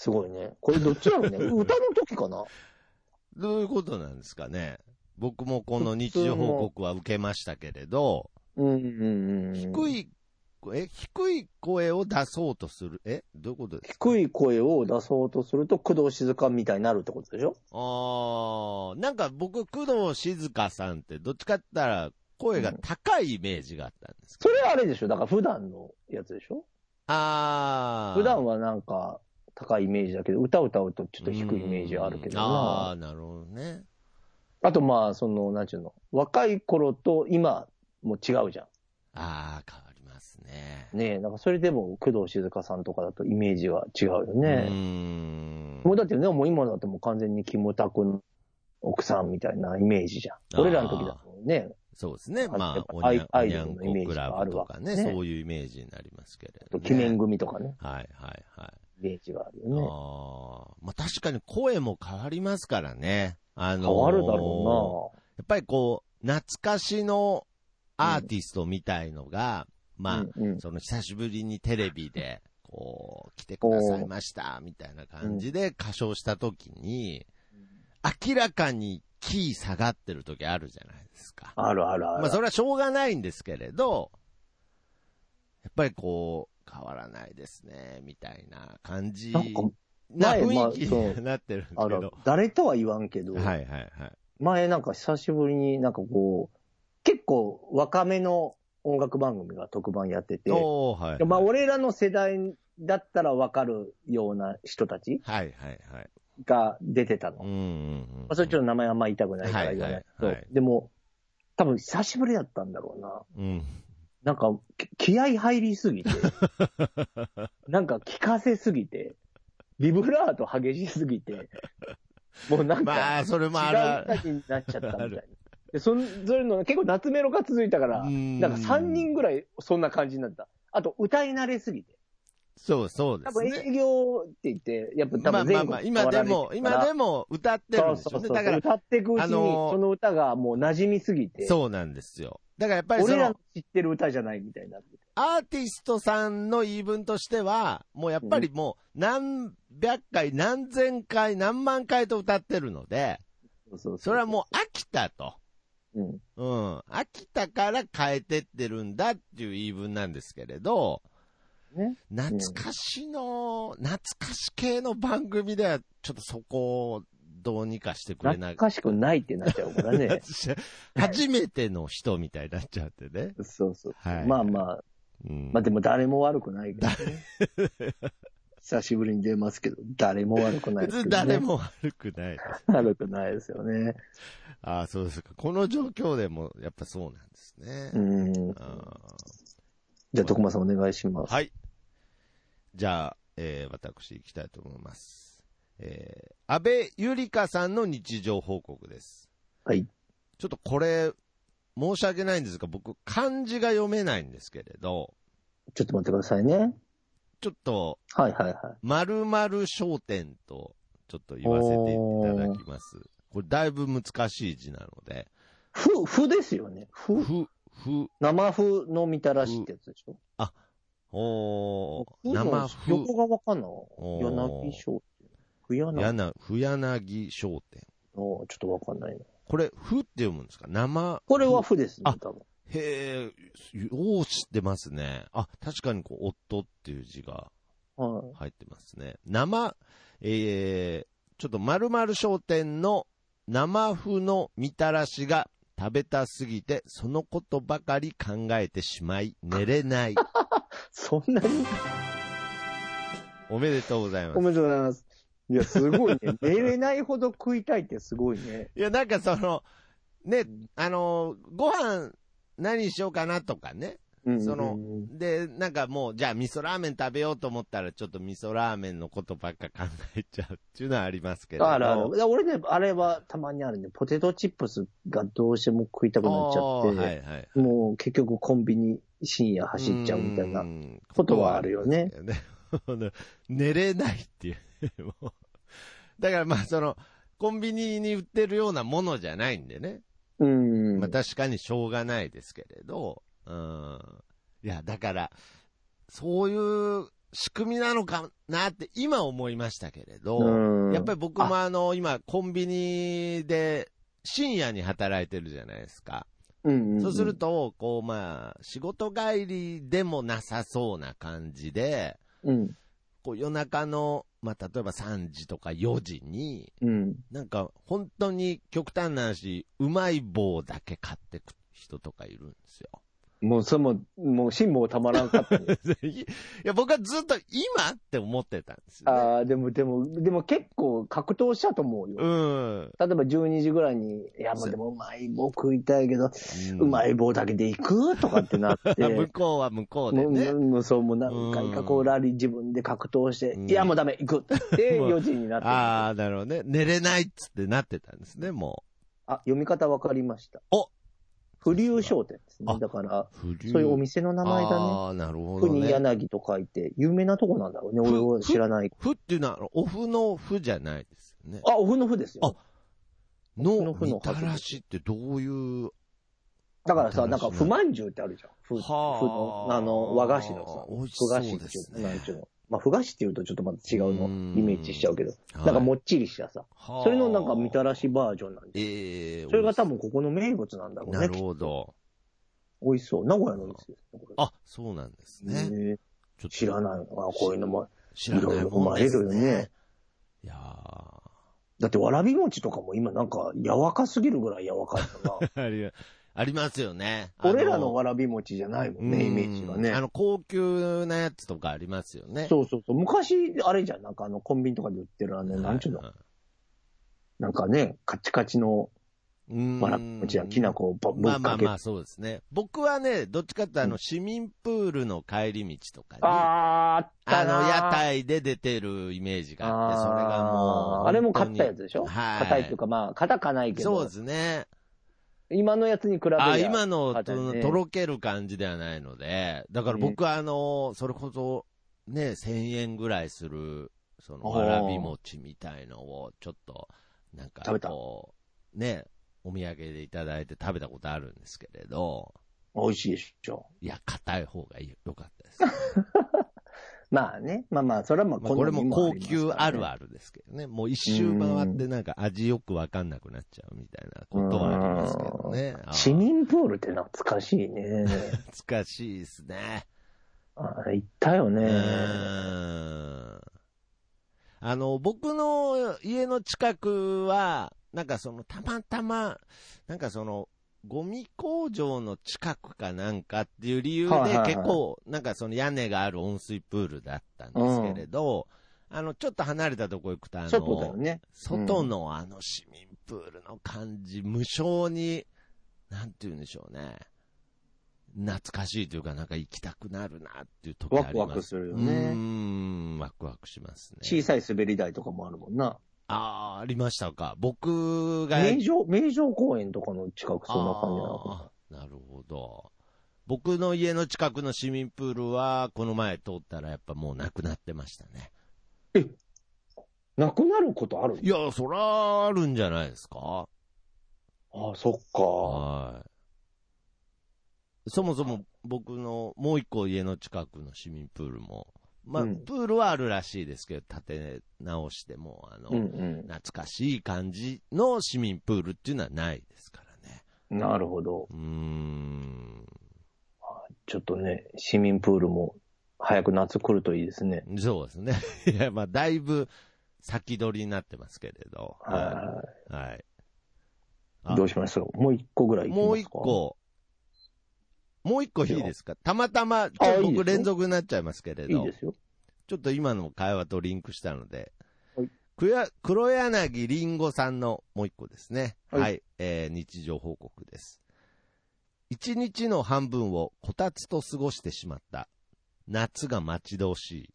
[SPEAKER 1] すごいね。これどっちな のね。歌の時かな
[SPEAKER 2] どういうことなんですかね。僕もこの日常報告は受けましたけれど、
[SPEAKER 1] うんうんうん。
[SPEAKER 2] 低
[SPEAKER 1] い。
[SPEAKER 2] い、え、低い声を出そうとする。えどういうことですか
[SPEAKER 1] 低い声を出そうとすると、工藤静香みたいになるってことでしょ
[SPEAKER 2] あー、なんか僕、工藤静香さんって、どっちかって言ったら、声が高いイメージがあったんですけ
[SPEAKER 1] そ
[SPEAKER 2] ど。
[SPEAKER 1] れはあれでしょだから普段のやつでしょ
[SPEAKER 2] あー。
[SPEAKER 1] 普段はなんか高いイメージだけど、歌歌うとちょっと低いイメージあるけど
[SPEAKER 2] うんあ
[SPEAKER 1] な。
[SPEAKER 2] ー、なるほどね。
[SPEAKER 1] あとまあ、その、なんちゅうの、若い頃と今も違うじゃ
[SPEAKER 2] ああ、変わりますね。
[SPEAKER 1] ん。ねえ、なんかそれでも工藤静香さんとかだとイメージは違うよね。
[SPEAKER 2] うーん。
[SPEAKER 1] もうだってね、もう今だってもう完全にキムタクの奥さんみたいなイメージじゃん。俺らの時だとね、
[SPEAKER 2] そうですね。
[SPEAKER 1] あ
[SPEAKER 2] まあ、お
[SPEAKER 1] ア
[SPEAKER 2] に
[SPEAKER 1] イ
[SPEAKER 2] ゃんお
[SPEAKER 1] アイ
[SPEAKER 2] に
[SPEAKER 1] ド
[SPEAKER 2] ゃ
[SPEAKER 1] ル
[SPEAKER 2] ん
[SPEAKER 1] のイメ
[SPEAKER 2] こ
[SPEAKER 1] ー
[SPEAKER 2] ク
[SPEAKER 1] ジ
[SPEAKER 2] ラ
[SPEAKER 1] があ
[SPEAKER 2] ブ
[SPEAKER 1] る
[SPEAKER 2] と
[SPEAKER 1] わ
[SPEAKER 2] かね、
[SPEAKER 1] ね
[SPEAKER 2] そういうイメージになりますけれど、ね。
[SPEAKER 1] 記念組とかね、
[SPEAKER 2] はいはいはい。
[SPEAKER 1] イメージがある
[SPEAKER 2] あ
[SPEAKER 1] よね。
[SPEAKER 2] あまあ確かに声も変わりますからね。あのー
[SPEAKER 1] 変わるだろ
[SPEAKER 2] やっぱりこう、懐かしのアーティストみたいのが、
[SPEAKER 1] うな。
[SPEAKER 2] まあ、
[SPEAKER 1] うんうん
[SPEAKER 2] その久しぶりにテレビで、こう、来てくださいました、みたいな感じで歌唱した時に、明らかにキー下がってる時あるじゃないですか。
[SPEAKER 1] あるあるある。
[SPEAKER 2] まあそれはしょうがないんですけれど、やっぱりこう、変わらないですね、みたいな感じ
[SPEAKER 1] なんか
[SPEAKER 2] な
[SPEAKER 1] 前まあ
[SPEAKER 2] 雰囲気
[SPEAKER 1] そう
[SPEAKER 2] になってるんですけ
[SPEAKER 1] あ
[SPEAKER 2] ど
[SPEAKER 1] る。誰とは言わんけど、
[SPEAKER 2] はいはいはい。
[SPEAKER 1] 前なんか久しぶりになんかこう、結構若めの音楽番組が特番やってて、
[SPEAKER 2] おーはい、はい。
[SPEAKER 1] まあ俺らの世代だったらわかるような人たち
[SPEAKER 2] はいはいはい。
[SPEAKER 1] が出てたの。
[SPEAKER 2] うん
[SPEAKER 1] ま
[SPEAKER 2] うんうん。
[SPEAKER 1] あそれちょっと名前あんま言いたくないから言わないけど、
[SPEAKER 2] はいはいはい
[SPEAKER 1] でも、多分久しぶりだったんだろうな。
[SPEAKER 2] うん。
[SPEAKER 1] なんか、き気合入りす ぎて、なんか聞かせすぎて、ビブラート激しすぎて、もうなんか、
[SPEAKER 2] まあ、それもあるあ
[SPEAKER 1] 違う
[SPEAKER 2] る。
[SPEAKER 1] 歌になっちゃったみたいな。で、そん、それの、結構夏メロが続いたから、
[SPEAKER 2] うん
[SPEAKER 1] なんか3人ぐらいそんな感じになった。あと、歌い慣れすぎて。
[SPEAKER 2] そうそうで
[SPEAKER 1] 多
[SPEAKER 2] す
[SPEAKER 1] 分
[SPEAKER 2] ね。
[SPEAKER 1] 営業って言って、やっぱ多
[SPEAKER 2] まあ
[SPEAKER 1] 分
[SPEAKER 2] まあ
[SPEAKER 1] 全
[SPEAKER 2] まあ、
[SPEAKER 1] 国
[SPEAKER 2] 今でも、今で
[SPEAKER 1] も、
[SPEAKER 2] も歌って
[SPEAKER 1] そ
[SPEAKER 2] るん
[SPEAKER 1] う
[SPEAKER 2] です
[SPEAKER 1] そ
[SPEAKER 2] よ
[SPEAKER 1] う
[SPEAKER 2] ね。
[SPEAKER 1] そう。
[SPEAKER 2] だから、
[SPEAKER 1] 歌っていくうちに、
[SPEAKER 2] あのー
[SPEAKER 1] その歌がもう馴染みすぎて、
[SPEAKER 2] そうなんですよ。だからやっぱりそ
[SPEAKER 1] 俺らの
[SPEAKER 2] の、
[SPEAKER 1] 知ってる歌じゃないみたいになって。
[SPEAKER 2] アーティストさんの言い分としては、もうやっぱりもう何百回、何千回、何万回と歌ってるので、
[SPEAKER 1] そうそう
[SPEAKER 2] それはもう飽きたと。
[SPEAKER 1] う。うん。
[SPEAKER 2] うん。飽きたから変えてってるんだっていう言い分なんですけれど、
[SPEAKER 1] ね。
[SPEAKER 2] 懐かしの、懐かし系の番組では、ちょっとそこをどうにかしてくれな
[SPEAKER 1] 懐
[SPEAKER 2] い。。
[SPEAKER 1] かしくないってなっちゃうからね
[SPEAKER 2] 初めての人みたいになっちゃってね。
[SPEAKER 1] そうそう。
[SPEAKER 2] はい
[SPEAKER 1] まあまあ、
[SPEAKER 2] うん
[SPEAKER 1] まあでも誰も悪くないけどね。 久しぶりに出ますけど、誰も悪くないですけ
[SPEAKER 2] 別に
[SPEAKER 1] ど、ね。
[SPEAKER 2] 誰も悪くない。
[SPEAKER 1] 悪くないですよね。
[SPEAKER 2] ああ、そうですか。この状況でも、やっぱそうなんですね。
[SPEAKER 1] うん。
[SPEAKER 2] あ
[SPEAKER 1] じゃあ、徳間さんお願いしま
[SPEAKER 2] ー
[SPEAKER 1] す。
[SPEAKER 2] はい。じゃあ、えー私行きたいと思います。えー、安倍ゆりかさんの日常報告です。
[SPEAKER 1] はい。
[SPEAKER 2] ちょっとこれ、申し訳ないんですが、僕、漢字が読めないんですけれど、
[SPEAKER 1] ちょっと待ってくださいね。
[SPEAKER 2] ちょっと、
[SPEAKER 1] はいはいはい。
[SPEAKER 2] 〇〇商店と、ちょっと言わせていただきます。これ、だいぶ難しい字なので、
[SPEAKER 1] ふ、ふですよね。ふ、
[SPEAKER 2] ふ、ふ、
[SPEAKER 1] 生ふのみたらしってやつでしょ。
[SPEAKER 2] おー、
[SPEAKER 1] ふ
[SPEAKER 2] 生
[SPEAKER 1] の
[SPEAKER 2] ふ、
[SPEAKER 1] 横がわかんない。
[SPEAKER 2] ー
[SPEAKER 1] 柳商店。ふやな。
[SPEAKER 2] や
[SPEAKER 1] あ
[SPEAKER 2] な、ふやなぎ商店。
[SPEAKER 1] ちょっとわかんないな。
[SPEAKER 2] これ、ふって読むんですか生。
[SPEAKER 1] これはふですね、
[SPEAKER 2] あ
[SPEAKER 1] 多分。
[SPEAKER 2] ふ。へえ、よう知ってますね。あ、確かにこう、夫っていう字が
[SPEAKER 1] はい。
[SPEAKER 2] 入ってますね。生、えー、ちょっと〇〇商店の生風のみたらしが食べたすぎて、そのことばかり考えてしまい、寝れ ない。
[SPEAKER 1] そんなに
[SPEAKER 2] おめでとうございま
[SPEAKER 1] お
[SPEAKER 2] す。
[SPEAKER 1] めでとうございます。いや、す ごいね。寝れないほど食いたいってすごいね。
[SPEAKER 2] いや、なんかその、ね、あの、ご飯何しようかなとかね。
[SPEAKER 1] うん
[SPEAKER 2] その
[SPEAKER 1] うんうん
[SPEAKER 2] で、なんかもう、じゃあ味噌ラーメン食べようと思ったら、ちょっと味噌ラーメンのことばっか考えちゃうっていうのはありますけれど。
[SPEAKER 1] あら、俺ね、あれはたまにあるね。ポテトチップスがどうしても食いたくなっちゃ
[SPEAKER 2] あ
[SPEAKER 1] っ
[SPEAKER 2] ー
[SPEAKER 1] て、
[SPEAKER 2] はいはい。
[SPEAKER 1] もう結局コンビニ深夜走っちゃうみたいな。ことはあるよね。
[SPEAKER 2] 寝れないっていう。 もうだからまあその、コンビニに売ってるようなものじゃないんでね。
[SPEAKER 1] うん。
[SPEAKER 2] まあ確かにしょうがないですけれど、うん。いや、だから、そういう仕組みなのかなって今思いましたけれど、
[SPEAKER 1] うん
[SPEAKER 2] やっぱり僕もあの、今コンビニで深夜に働いてるじゃないですか。
[SPEAKER 1] うんんん
[SPEAKER 2] そうする、と、こうまあ、仕事帰りでもなさそうな感じで、
[SPEAKER 1] うん。
[SPEAKER 2] こう夜中の、まあ、例えば3時とか4時に、
[SPEAKER 1] うん。
[SPEAKER 2] なんか本当に極端な話、うまい棒だけ買ってく人とかいるんですよ。
[SPEAKER 1] もう、それも、もう、辛抱たまらんかったんで
[SPEAKER 2] いや、僕はずっと今って思ってたんですよ、ね。
[SPEAKER 1] ああ、でも、でも、でも結構格闘したと思うよ。
[SPEAKER 2] うん。
[SPEAKER 1] 例えば12時ぐらいに、いや、もうでもうまい棒食いたいけど、うま
[SPEAKER 2] い。
[SPEAKER 1] い棒だけで行くとかってな って。
[SPEAKER 2] 向こうは向こうで
[SPEAKER 1] もう
[SPEAKER 2] ね。
[SPEAKER 1] もうそう、もう何回かこうラリー自分で格闘して、
[SPEAKER 2] うん
[SPEAKER 1] いや、もうダメ、行くって
[SPEAKER 2] もう
[SPEAKER 1] 4時になって。
[SPEAKER 2] あ
[SPEAKER 1] あ
[SPEAKER 2] あ、なるほどね。寝れないっつってなってたんですね、も
[SPEAKER 1] 読み方わかりました。
[SPEAKER 2] お
[SPEAKER 1] 不流商店です
[SPEAKER 2] あ
[SPEAKER 1] ね。だから、
[SPEAKER 2] う。不
[SPEAKER 1] そういうお店の名前だね。
[SPEAKER 2] ああ、なるほ
[SPEAKER 1] ふ
[SPEAKER 2] ど
[SPEAKER 1] に
[SPEAKER 2] ね。
[SPEAKER 1] 柳と書いて、有名なとこなんだろうね。
[SPEAKER 2] ふ
[SPEAKER 1] 俺は知らない。
[SPEAKER 2] ふっていうのは、オフのふじゃないですよね。
[SPEAKER 1] あ、おふのふですよ。
[SPEAKER 2] の
[SPEAKER 1] のふ
[SPEAKER 2] み
[SPEAKER 1] の
[SPEAKER 2] たらしってどういう、
[SPEAKER 1] だからさ、
[SPEAKER 2] 新
[SPEAKER 1] なん
[SPEAKER 2] しいな
[SPEAKER 1] か、不満獣ってあるじゃん。ふ、ふ
[SPEAKER 2] はあ
[SPEAKER 1] の、あの、和菓子のさ、
[SPEAKER 2] 美味し
[SPEAKER 1] ふ
[SPEAKER 2] そう
[SPEAKER 1] 菓子っ
[SPEAKER 2] で
[SPEAKER 1] て
[SPEAKER 2] す
[SPEAKER 1] い
[SPEAKER 2] ね
[SPEAKER 1] う、なんちゅうの。まあ、ふ菓子っていうとちょっとまた違う
[SPEAKER 2] う
[SPEAKER 1] の
[SPEAKER 2] ん
[SPEAKER 1] イメージしちゃうけど、
[SPEAKER 2] はい
[SPEAKER 1] なんかもっちりしたさ、それのなんかみた
[SPEAKER 2] ら
[SPEAKER 1] らしバージョンなんで、
[SPEAKER 2] ええ
[SPEAKER 1] それが多分ここの名物なんだろうね。
[SPEAKER 2] なるほど。
[SPEAKER 1] 美味しそう。名古屋の店ですね、これ。
[SPEAKER 2] あ、そうなんですね。
[SPEAKER 1] ね
[SPEAKER 2] ちょっと
[SPEAKER 1] 知らないのかな、こういうのも。
[SPEAKER 2] 知らな
[SPEAKER 1] い
[SPEAKER 2] い
[SPEAKER 1] ろいろ
[SPEAKER 2] もん
[SPEAKER 1] まあ
[SPEAKER 2] です
[SPEAKER 1] いろいろ
[SPEAKER 2] ね
[SPEAKER 1] ね。
[SPEAKER 2] いや
[SPEAKER 1] だって、わらび餅とかも今なんか、柔らかすぎるぐらい柔らかいよな。
[SPEAKER 2] ーあり ありますよね。
[SPEAKER 1] 俺らの
[SPEAKER 2] 和
[SPEAKER 1] わらび餅じゃないもんね、イメージがね
[SPEAKER 2] あ。の、高級なやつとかありますよね。
[SPEAKER 1] そうそうそう。昔、あれじゃん、なんかあの、コンビニとかで売ってるあの、なんちゅうの、
[SPEAKER 2] はい
[SPEAKER 1] なんかね、カチカチの
[SPEAKER 2] うん
[SPEAKER 1] わらび餅やきな粉をぼぶ
[SPEAKER 2] まあ
[SPEAKER 1] っ
[SPEAKER 2] ま
[SPEAKER 1] か
[SPEAKER 2] あ
[SPEAKER 1] け
[SPEAKER 2] まあ、そうですね。僕はね、どっちかっていうとあの、市民プールの帰り道とかに、
[SPEAKER 1] あーあった
[SPEAKER 2] あの、
[SPEAKER 1] なー
[SPEAKER 2] 屋台で出てるイメージがあって、それがもう。
[SPEAKER 1] あれも買ったや
[SPEAKER 2] つ
[SPEAKER 1] つでしょ
[SPEAKER 2] はい
[SPEAKER 1] 硬いというか、まあ、硬かないけ
[SPEAKER 2] そう
[SPEAKER 1] ど
[SPEAKER 2] で、すね。
[SPEAKER 1] 今のやつに比べ
[SPEAKER 2] あ、
[SPEAKER 1] りゃ
[SPEAKER 2] 今の、
[SPEAKER 1] 硬いね
[SPEAKER 2] とろける感じではないので、だから僕はあの、それこそ、ね、1000円ぐらいする、その、
[SPEAKER 1] あー
[SPEAKER 2] わらび餅みたいのを、ちょっと、なんか、
[SPEAKER 1] 食べた
[SPEAKER 2] こう、ね、お土産でいただいて食べたことあるんですけれど、
[SPEAKER 1] 美味しいでしょ。
[SPEAKER 2] いや、硬い方がいいよかったです。
[SPEAKER 1] まあね、まあまあ、それはまあ、
[SPEAKER 2] まあ、これも高級ある
[SPEAKER 1] あ
[SPEAKER 2] あるですけどね。もう一周回ってなんか味よくわかんなくなっちゃうみたいなことはありますけどね。あ
[SPEAKER 1] り市
[SPEAKER 2] ー
[SPEAKER 1] 民プールって懐かしい ね。
[SPEAKER 2] 難しいですね。
[SPEAKER 1] あ行ったよ
[SPEAKER 2] う
[SPEAKER 1] ね。
[SPEAKER 2] ーん。あの、僕の家の近くは、なんかその、たまたま、なんかその、ゴミ工場の近くかなんかっていう理由で
[SPEAKER 1] はいはいはい
[SPEAKER 2] 結構、なんかその屋根がある温水プールだったんですけれど、あの、ちょっと離れたとこ行くと、あの、
[SPEAKER 1] 外だよね。
[SPEAKER 2] 外のあの市民プールの感じ、無償に、なんて言うんでしょうね。懐かしいというか、なんか行きたくなるなっていう時あ
[SPEAKER 1] ワ
[SPEAKER 2] ります。
[SPEAKER 1] クワクするよ
[SPEAKER 2] うー
[SPEAKER 1] ね。
[SPEAKER 2] ん、ワクワクしますね。
[SPEAKER 1] 小さい滑り台とかもあるもんな。
[SPEAKER 2] ああ、ありましたか。僕が、
[SPEAKER 1] 名城、名城公園とかの近くそんな感じなのかな。
[SPEAKER 2] あーなるほど。僕の家の近くの市民プールは、この前通ったらやっぱもうなくなってましたね。
[SPEAKER 1] なくなることある
[SPEAKER 2] いや、そらあるんじゃないですか。
[SPEAKER 1] ああ、そっか。
[SPEAKER 2] はい。そもそも僕のもう一個家の近くの市民プールも、まあ、
[SPEAKER 1] うん
[SPEAKER 2] プールはあるらしいですけど、建て直しても、あの、
[SPEAKER 1] うんう
[SPEAKER 2] 懐かしい感じの市民プールっていうのはないですからね。
[SPEAKER 1] ん。なるほど。
[SPEAKER 2] うーん。
[SPEAKER 1] ちょっとね、市民プールも早く夏来るといいですね。
[SPEAKER 2] そうですね。 いや、まあ、だいぶ先取りになってますけれど。。
[SPEAKER 1] はい
[SPEAKER 2] はい。
[SPEAKER 1] い。どうしましょう。もう一個ぐらい行きますか
[SPEAKER 2] もう一。個、もう一個いいですかたまたま、ちょっ
[SPEAKER 1] あい
[SPEAKER 2] と
[SPEAKER 1] いです
[SPEAKER 2] 僕
[SPEAKER 1] よ
[SPEAKER 2] 連続になっちゃいますけれ
[SPEAKER 1] い
[SPEAKER 2] ど。
[SPEAKER 1] いですよ。
[SPEAKER 2] ちょっと今の会話とリンクしたので、
[SPEAKER 1] はい
[SPEAKER 2] くや黒柳りんごさんのもう一個ですね。は、
[SPEAKER 1] はいい
[SPEAKER 2] えー日常報告です。一日の半分をこたつと過ごしてしまった。夏が待ち遠しい。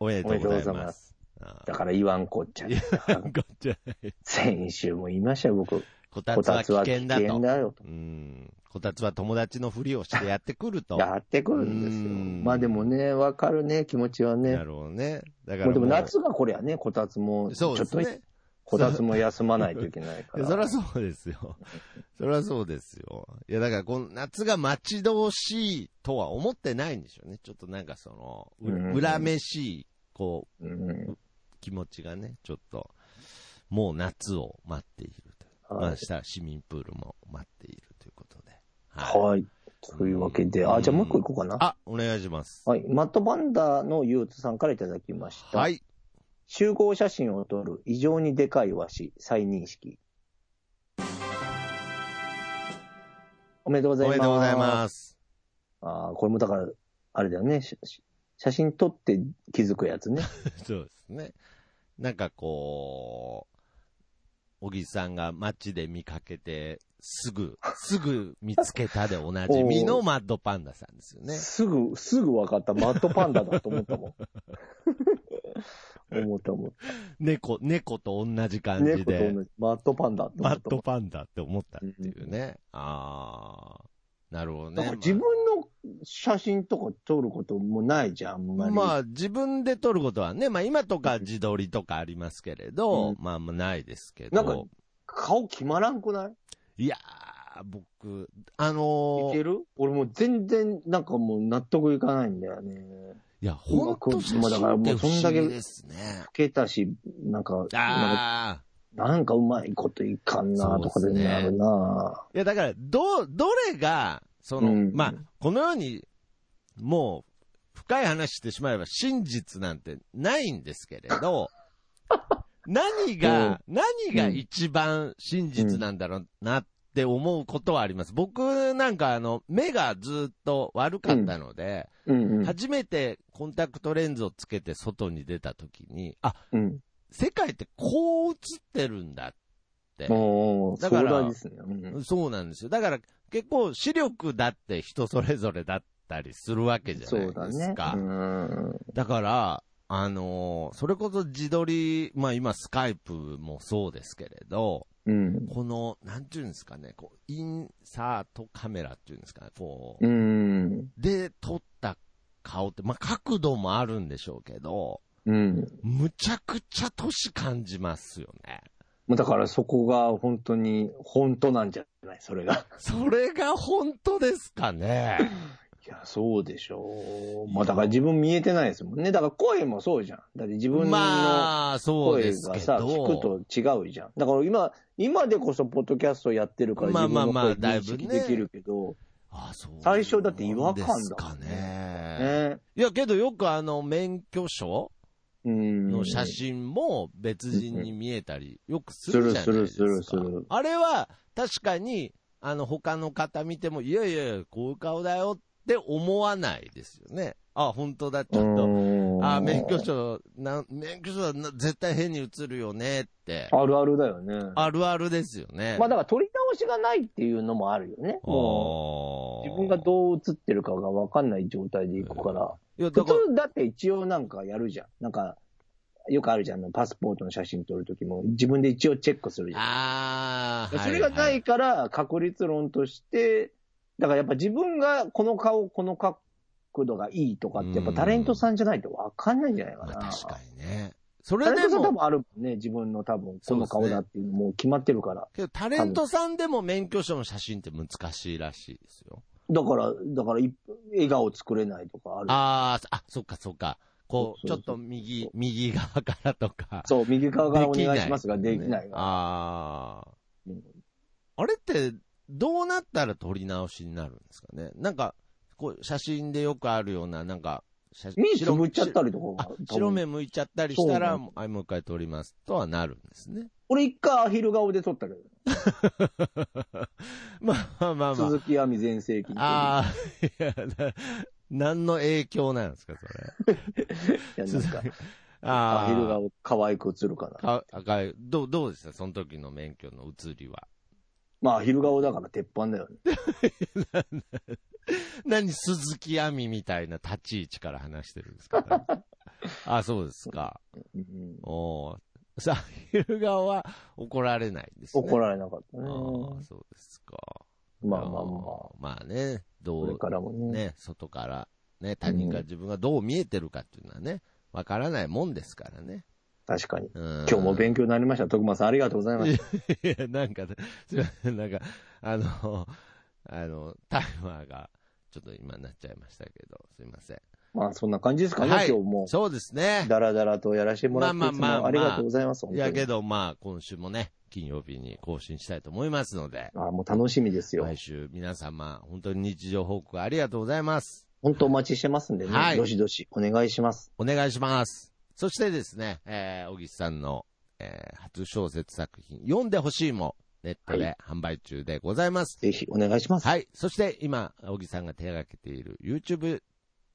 [SPEAKER 2] おめでとうござい
[SPEAKER 1] おめでとうござい
[SPEAKER 2] ま。
[SPEAKER 1] ます
[SPEAKER 2] あ
[SPEAKER 1] だから言わんこっちゃ
[SPEAKER 2] い。やー こっちは
[SPEAKER 1] 先週も言いましたよ、僕。
[SPEAKER 2] こた
[SPEAKER 1] こ
[SPEAKER 2] つは
[SPEAKER 1] たつ
[SPEAKER 2] 危
[SPEAKER 1] は危
[SPEAKER 2] 険だ
[SPEAKER 1] 険
[SPEAKER 2] と。
[SPEAKER 1] だよと。
[SPEAKER 2] うん。こたつは友達のふりをしてやってくると。
[SPEAKER 1] やってくるんです
[SPEAKER 2] う
[SPEAKER 1] よ。
[SPEAKER 2] ん
[SPEAKER 1] まあでもね、わかるね、気持ちは
[SPEAKER 2] な
[SPEAKER 1] ね。
[SPEAKER 2] るほどね。だから
[SPEAKER 1] もうでも
[SPEAKER 2] もう
[SPEAKER 1] 夏がこれはね、こたつも、ち
[SPEAKER 2] そ
[SPEAKER 1] ょ
[SPEAKER 2] う
[SPEAKER 1] っ
[SPEAKER 2] です
[SPEAKER 1] と
[SPEAKER 2] ね。
[SPEAKER 1] こたつも休まないといけないか
[SPEAKER 2] い
[SPEAKER 1] ら。
[SPEAKER 2] やそりゃそうで すよ。そりゃそうですよ。いや、だから、この夏が待ち遠しいとは思ってないんでしょうね。ちょっとなんかその、う
[SPEAKER 1] うん
[SPEAKER 2] 恨めしい、こ
[SPEAKER 1] うん
[SPEAKER 2] う、気持ちがね、ちょっと、もう夏を待っているという。ま
[SPEAKER 1] は
[SPEAKER 2] あ、
[SPEAKER 1] い
[SPEAKER 2] したら市民プールも待っているということで。い。
[SPEAKER 1] はい。というわけで、あ、じゃあもう一個行こうかな。
[SPEAKER 2] あ、お願いします。
[SPEAKER 1] はい。マットバンダーのユーツさんからいただきました。
[SPEAKER 2] はい。
[SPEAKER 1] 集合写真を撮る異常にでかいワシ、再認識。めでとうござい
[SPEAKER 2] お
[SPEAKER 1] ます。
[SPEAKER 2] めでとうございます。
[SPEAKER 1] ああ、これもだから、あれだよね。しし写真撮って気づくやつね。
[SPEAKER 2] そうですね。なんかこう、小木さんが街で見かけて、すぐ、すぐ見つけたでおなじみ
[SPEAKER 1] お
[SPEAKER 2] の
[SPEAKER 1] う
[SPEAKER 2] マッドパンダさんです よね。
[SPEAKER 1] すぐ、すぐ分かった。マットパンダだと思ったもん。 思ったもん。
[SPEAKER 2] 猫、猫と同じ感じ
[SPEAKER 1] 猫と
[SPEAKER 2] で
[SPEAKER 1] 同、じ。マットパンダって思
[SPEAKER 2] マ
[SPEAKER 1] っ
[SPEAKER 2] ッ
[SPEAKER 1] たも
[SPEAKER 2] ド
[SPEAKER 1] ん。
[SPEAKER 2] パンダって思ったっていうね。あー、なるほど
[SPEAKER 1] だか
[SPEAKER 2] ね
[SPEAKER 1] ら。自分の写真とか撮ることもないじゃん、あんまり。
[SPEAKER 2] まあ、自分で撮ることはね、まあ今とか自撮りとかありますけれど、
[SPEAKER 1] うん
[SPEAKER 2] まあもうないですけど。
[SPEAKER 1] なんか顔決まらんくない
[SPEAKER 2] いやー、僕、あの
[SPEAKER 1] い
[SPEAKER 2] ー、い
[SPEAKER 1] ける俺もう全然、なんかもう納得いかないんだよね。
[SPEAKER 2] や、ほんと写
[SPEAKER 1] まあだから
[SPEAKER 2] 真っ
[SPEAKER 1] も
[SPEAKER 2] て
[SPEAKER 1] う
[SPEAKER 2] 不
[SPEAKER 1] そんだ
[SPEAKER 2] 思
[SPEAKER 1] け
[SPEAKER 2] 議ですね。
[SPEAKER 1] 老けたし、なんか、なんか
[SPEAKER 2] あ
[SPEAKER 1] なんかうまいこといかんなとかでなるな、
[SPEAKER 2] ー。いや、だから、ど、どれが、その、
[SPEAKER 1] うん
[SPEAKER 2] まあ、このように、もう、深い話してしまえば真実なんてないんですけれ ど、何が、何が一番真実なんだろうなって思うことはあります。僕なんかあの、目がずっと悪かったので、
[SPEAKER 1] うんうん。
[SPEAKER 2] 初めてコンタクトレンズをつけて外に出た時に、あ、
[SPEAKER 1] うん。
[SPEAKER 2] 世界ってこう映ってるんだって。
[SPEAKER 1] おー
[SPEAKER 2] だから
[SPEAKER 1] 壮大ですね。うん
[SPEAKER 2] そうなんですよ。だから結構視力だって人それぞれだったりするわけじゃ
[SPEAKER 1] そう
[SPEAKER 2] な
[SPEAKER 1] だ
[SPEAKER 2] いです
[SPEAKER 1] ね。
[SPEAKER 2] か。
[SPEAKER 1] うん。
[SPEAKER 2] だから、あのーそれこそ自撮り、まあ今スカイプもそうですけれど、
[SPEAKER 1] うん。
[SPEAKER 2] この、なんていうんですかね、こう、インサートカメラっていうんですかね、こう、
[SPEAKER 1] うん。
[SPEAKER 2] で撮った顔って、まあ角度もあるんでしょうけど、
[SPEAKER 1] うん。
[SPEAKER 2] むちゃくちゃ年感じますよね。
[SPEAKER 1] もうだからそこが本当に、本当なんじゃないそれが。
[SPEAKER 2] それが本当ですかね。
[SPEAKER 1] いや、そうでしょう。まあだから自分見えてないですもんね。だから声もそうじゃん。だって自分の
[SPEAKER 2] まあ、そう
[SPEAKER 1] 声
[SPEAKER 2] です
[SPEAKER 1] が
[SPEAKER 2] け
[SPEAKER 1] さ、聞
[SPEAKER 2] ど。
[SPEAKER 1] くと違うじゃん。だから今、今でこそポッドキャストやってるから
[SPEAKER 2] まあ
[SPEAKER 1] 自分の
[SPEAKER 2] まあまあ
[SPEAKER 1] 声
[SPEAKER 2] だ
[SPEAKER 1] 認
[SPEAKER 2] いぶ
[SPEAKER 1] 識
[SPEAKER 2] ね
[SPEAKER 1] できるけど、
[SPEAKER 2] あそう
[SPEAKER 1] 最初だって違和感だもんね
[SPEAKER 2] ですかね。
[SPEAKER 1] ね。
[SPEAKER 2] いや、けどよくあの、免許証
[SPEAKER 1] うん。
[SPEAKER 2] の写真も別人に見えたり、よくす
[SPEAKER 1] す
[SPEAKER 2] る
[SPEAKER 1] る
[SPEAKER 2] じゃ
[SPEAKER 1] す
[SPEAKER 2] ない
[SPEAKER 1] る
[SPEAKER 2] です
[SPEAKER 1] するす
[SPEAKER 2] か。
[SPEAKER 1] る。
[SPEAKER 2] あれは、確かに、あの、他の方見ても、いやいやいや、こういう顔だよって思わないですよね。あ、本当だ、ちょっと。
[SPEAKER 1] と
[SPEAKER 2] あ、免許証、な免許証はな絶対変に映るよねって。
[SPEAKER 1] あるあるだよね。
[SPEAKER 2] あるあるですよね。
[SPEAKER 1] まあだから取り直しがないっていうのもあるよね。もう
[SPEAKER 2] あー
[SPEAKER 1] 自分がどう映ってるかが分かんない状態でいくから。
[SPEAKER 2] いや、
[SPEAKER 1] 普
[SPEAKER 2] だから、
[SPEAKER 1] 通だって一応なんかやるじゃん。なんか、よくあるじゃん。あのパスポートの写真撮るときも自分で一応チェックするじゃん。
[SPEAKER 2] ああ、
[SPEAKER 1] それが
[SPEAKER 2] は
[SPEAKER 1] ないいから確率論として、だからやっぱ自分がこの顔、この角度がいいとかってやっぱタレントさんじゃないと分かんないんじゃないか
[SPEAKER 2] はい
[SPEAKER 1] な。
[SPEAKER 2] まあ、確かにね。そ
[SPEAKER 1] タ
[SPEAKER 2] れ
[SPEAKER 1] レ
[SPEAKER 2] で
[SPEAKER 1] ントさん多
[SPEAKER 2] も、
[SPEAKER 1] 分あるもんね。自分の多分この顔だっていうのもう決まってるから。
[SPEAKER 2] けどタレントさんでも免許証の写真って難しいらしいですよ。
[SPEAKER 1] だから、だからい、笑顔作れないとかある。
[SPEAKER 2] あーあ、そっかそっか。こう、ち
[SPEAKER 1] そ
[SPEAKER 2] ょ
[SPEAKER 1] うそうそう
[SPEAKER 2] っと右、右側からとか。
[SPEAKER 1] そう、右側からお
[SPEAKER 2] でき
[SPEAKER 1] 願
[SPEAKER 2] ない
[SPEAKER 1] しますが、できないが。
[SPEAKER 2] ああ
[SPEAKER 1] うん。
[SPEAKER 2] あれって、どうなったら撮り直しになるんですかね。なんか、こう、写真でよくあるような、なんか、写
[SPEAKER 1] ミース
[SPEAKER 2] 白
[SPEAKER 1] むっちゃったりとか
[SPEAKER 2] あ
[SPEAKER 1] が。
[SPEAKER 2] 白目向いちゃったりした
[SPEAKER 1] そ
[SPEAKER 2] ら、
[SPEAKER 1] うな
[SPEAKER 2] もうはいもう一回撮りますとはなるんですね。
[SPEAKER 1] 俺一回アヒル顔で撮ったけど。
[SPEAKER 2] まあまあまあま
[SPEAKER 1] 鈴木亜美全盛期。
[SPEAKER 2] あ。ああ、いや、な何の影響なんですか、それ。
[SPEAKER 1] いやなんか、
[SPEAKER 2] あ
[SPEAKER 1] アヒル顔可愛く映るかな。
[SPEAKER 2] か赤い。どう、どうでしたその時の免許の移りは。
[SPEAKER 1] まあ、アヒル顔だから鉄板だよね。
[SPEAKER 2] 何、鈴木亜美みたいな立ち位置から話してるんですか、 あ、そうですか。
[SPEAKER 1] うん
[SPEAKER 2] おーさあ、アヒル顔は怒られないんですね。
[SPEAKER 1] 怒
[SPEAKER 2] ら
[SPEAKER 1] られなかったね
[SPEAKER 2] な。い。そうですか。
[SPEAKER 1] まあまあまあ。
[SPEAKER 2] あ。まあね、ど
[SPEAKER 1] これ
[SPEAKER 2] う、
[SPEAKER 1] からもね。
[SPEAKER 2] ね、外から、ね、他人が自分がどう見えてるかっていうのはね、わからないもんですからね。
[SPEAKER 1] 確かに。
[SPEAKER 2] 今
[SPEAKER 1] 今日も勉強になりました。徳間さん、ありがとうございました。
[SPEAKER 2] いや、 なんかね、すいません、なんか、あの、あの、タイマーが、ちょっと今なっちゃいましたけど、すいません。
[SPEAKER 1] まあ、そんな感じですかね、
[SPEAKER 2] はい
[SPEAKER 1] 今日も。
[SPEAKER 2] そうですね。
[SPEAKER 1] だらだらとやらせてもらって、
[SPEAKER 2] まあまあまあまあ
[SPEAKER 1] いつもありがとうございます。本
[SPEAKER 2] い
[SPEAKER 1] 当に
[SPEAKER 2] やけど、まあ、今週もね、金曜日に更新したいと思いますので、
[SPEAKER 1] ああ、もう楽しみですよ。
[SPEAKER 2] 毎週皆様、本当に日常報告ありがとうございます。
[SPEAKER 1] 本当お待ちしてますんでね、
[SPEAKER 2] はい
[SPEAKER 1] どしどしお願いします。
[SPEAKER 2] お願いします。そしてですね、えー、小木さんの、えー初小説作品、読んでほしいも、ネット
[SPEAKER 1] は
[SPEAKER 2] で販売中でございます。
[SPEAKER 1] ぜひお願いします。
[SPEAKER 2] はい。そして今、小木さんが手がけている YouTube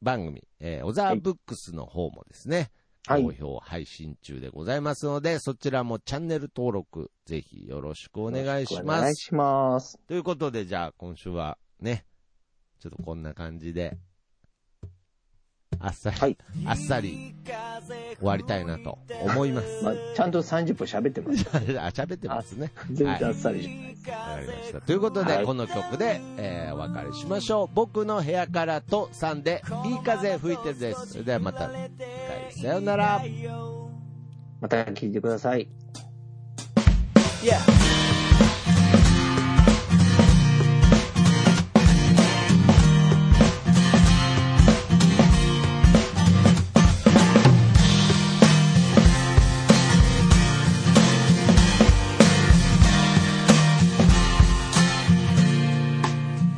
[SPEAKER 2] 番組、えー、小沢ブックスの方もですね、
[SPEAKER 1] はい
[SPEAKER 2] 好評配信中でございますので、そちらもチャンネル登録、ぜひよろしくお願いし
[SPEAKER 1] お
[SPEAKER 2] ま
[SPEAKER 1] 願い
[SPEAKER 2] す。
[SPEAKER 1] します。
[SPEAKER 2] ということで、じゃあ今週はね、ちょっとこんな感じで、あっさり、
[SPEAKER 1] はい
[SPEAKER 2] あっさり終わりたいなと思います。
[SPEAKER 1] まあ、ちゃんと30分喋ってます。
[SPEAKER 2] あ、喋ってますね。
[SPEAKER 1] 全然あっさりじゃない。
[SPEAKER 2] わかりました。ということで、
[SPEAKER 1] はい
[SPEAKER 2] この曲で、えーお別れしましょう。僕の部屋からとさんで、いい風吹いてるです。それではまた次回、さようなら。
[SPEAKER 1] また聞いてください。
[SPEAKER 3] Yeah.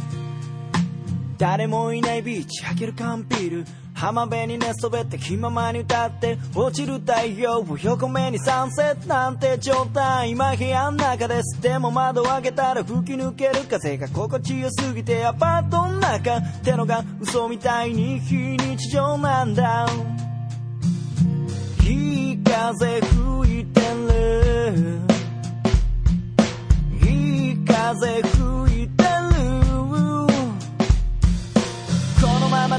[SPEAKER 3] 「誰もいないビーチ開ける缶ビール」「浜辺に寝そべって気ままに歌って」「落ちる太陽を横目にサンセットなんて状態」「今部屋の中です」「でも窓を開けたら吹き抜ける風が心地よすぎて」「アパートの中ってのが嘘みたいに非日常なんだ」「いい風吹いてる」「いい風吹いてる」このまま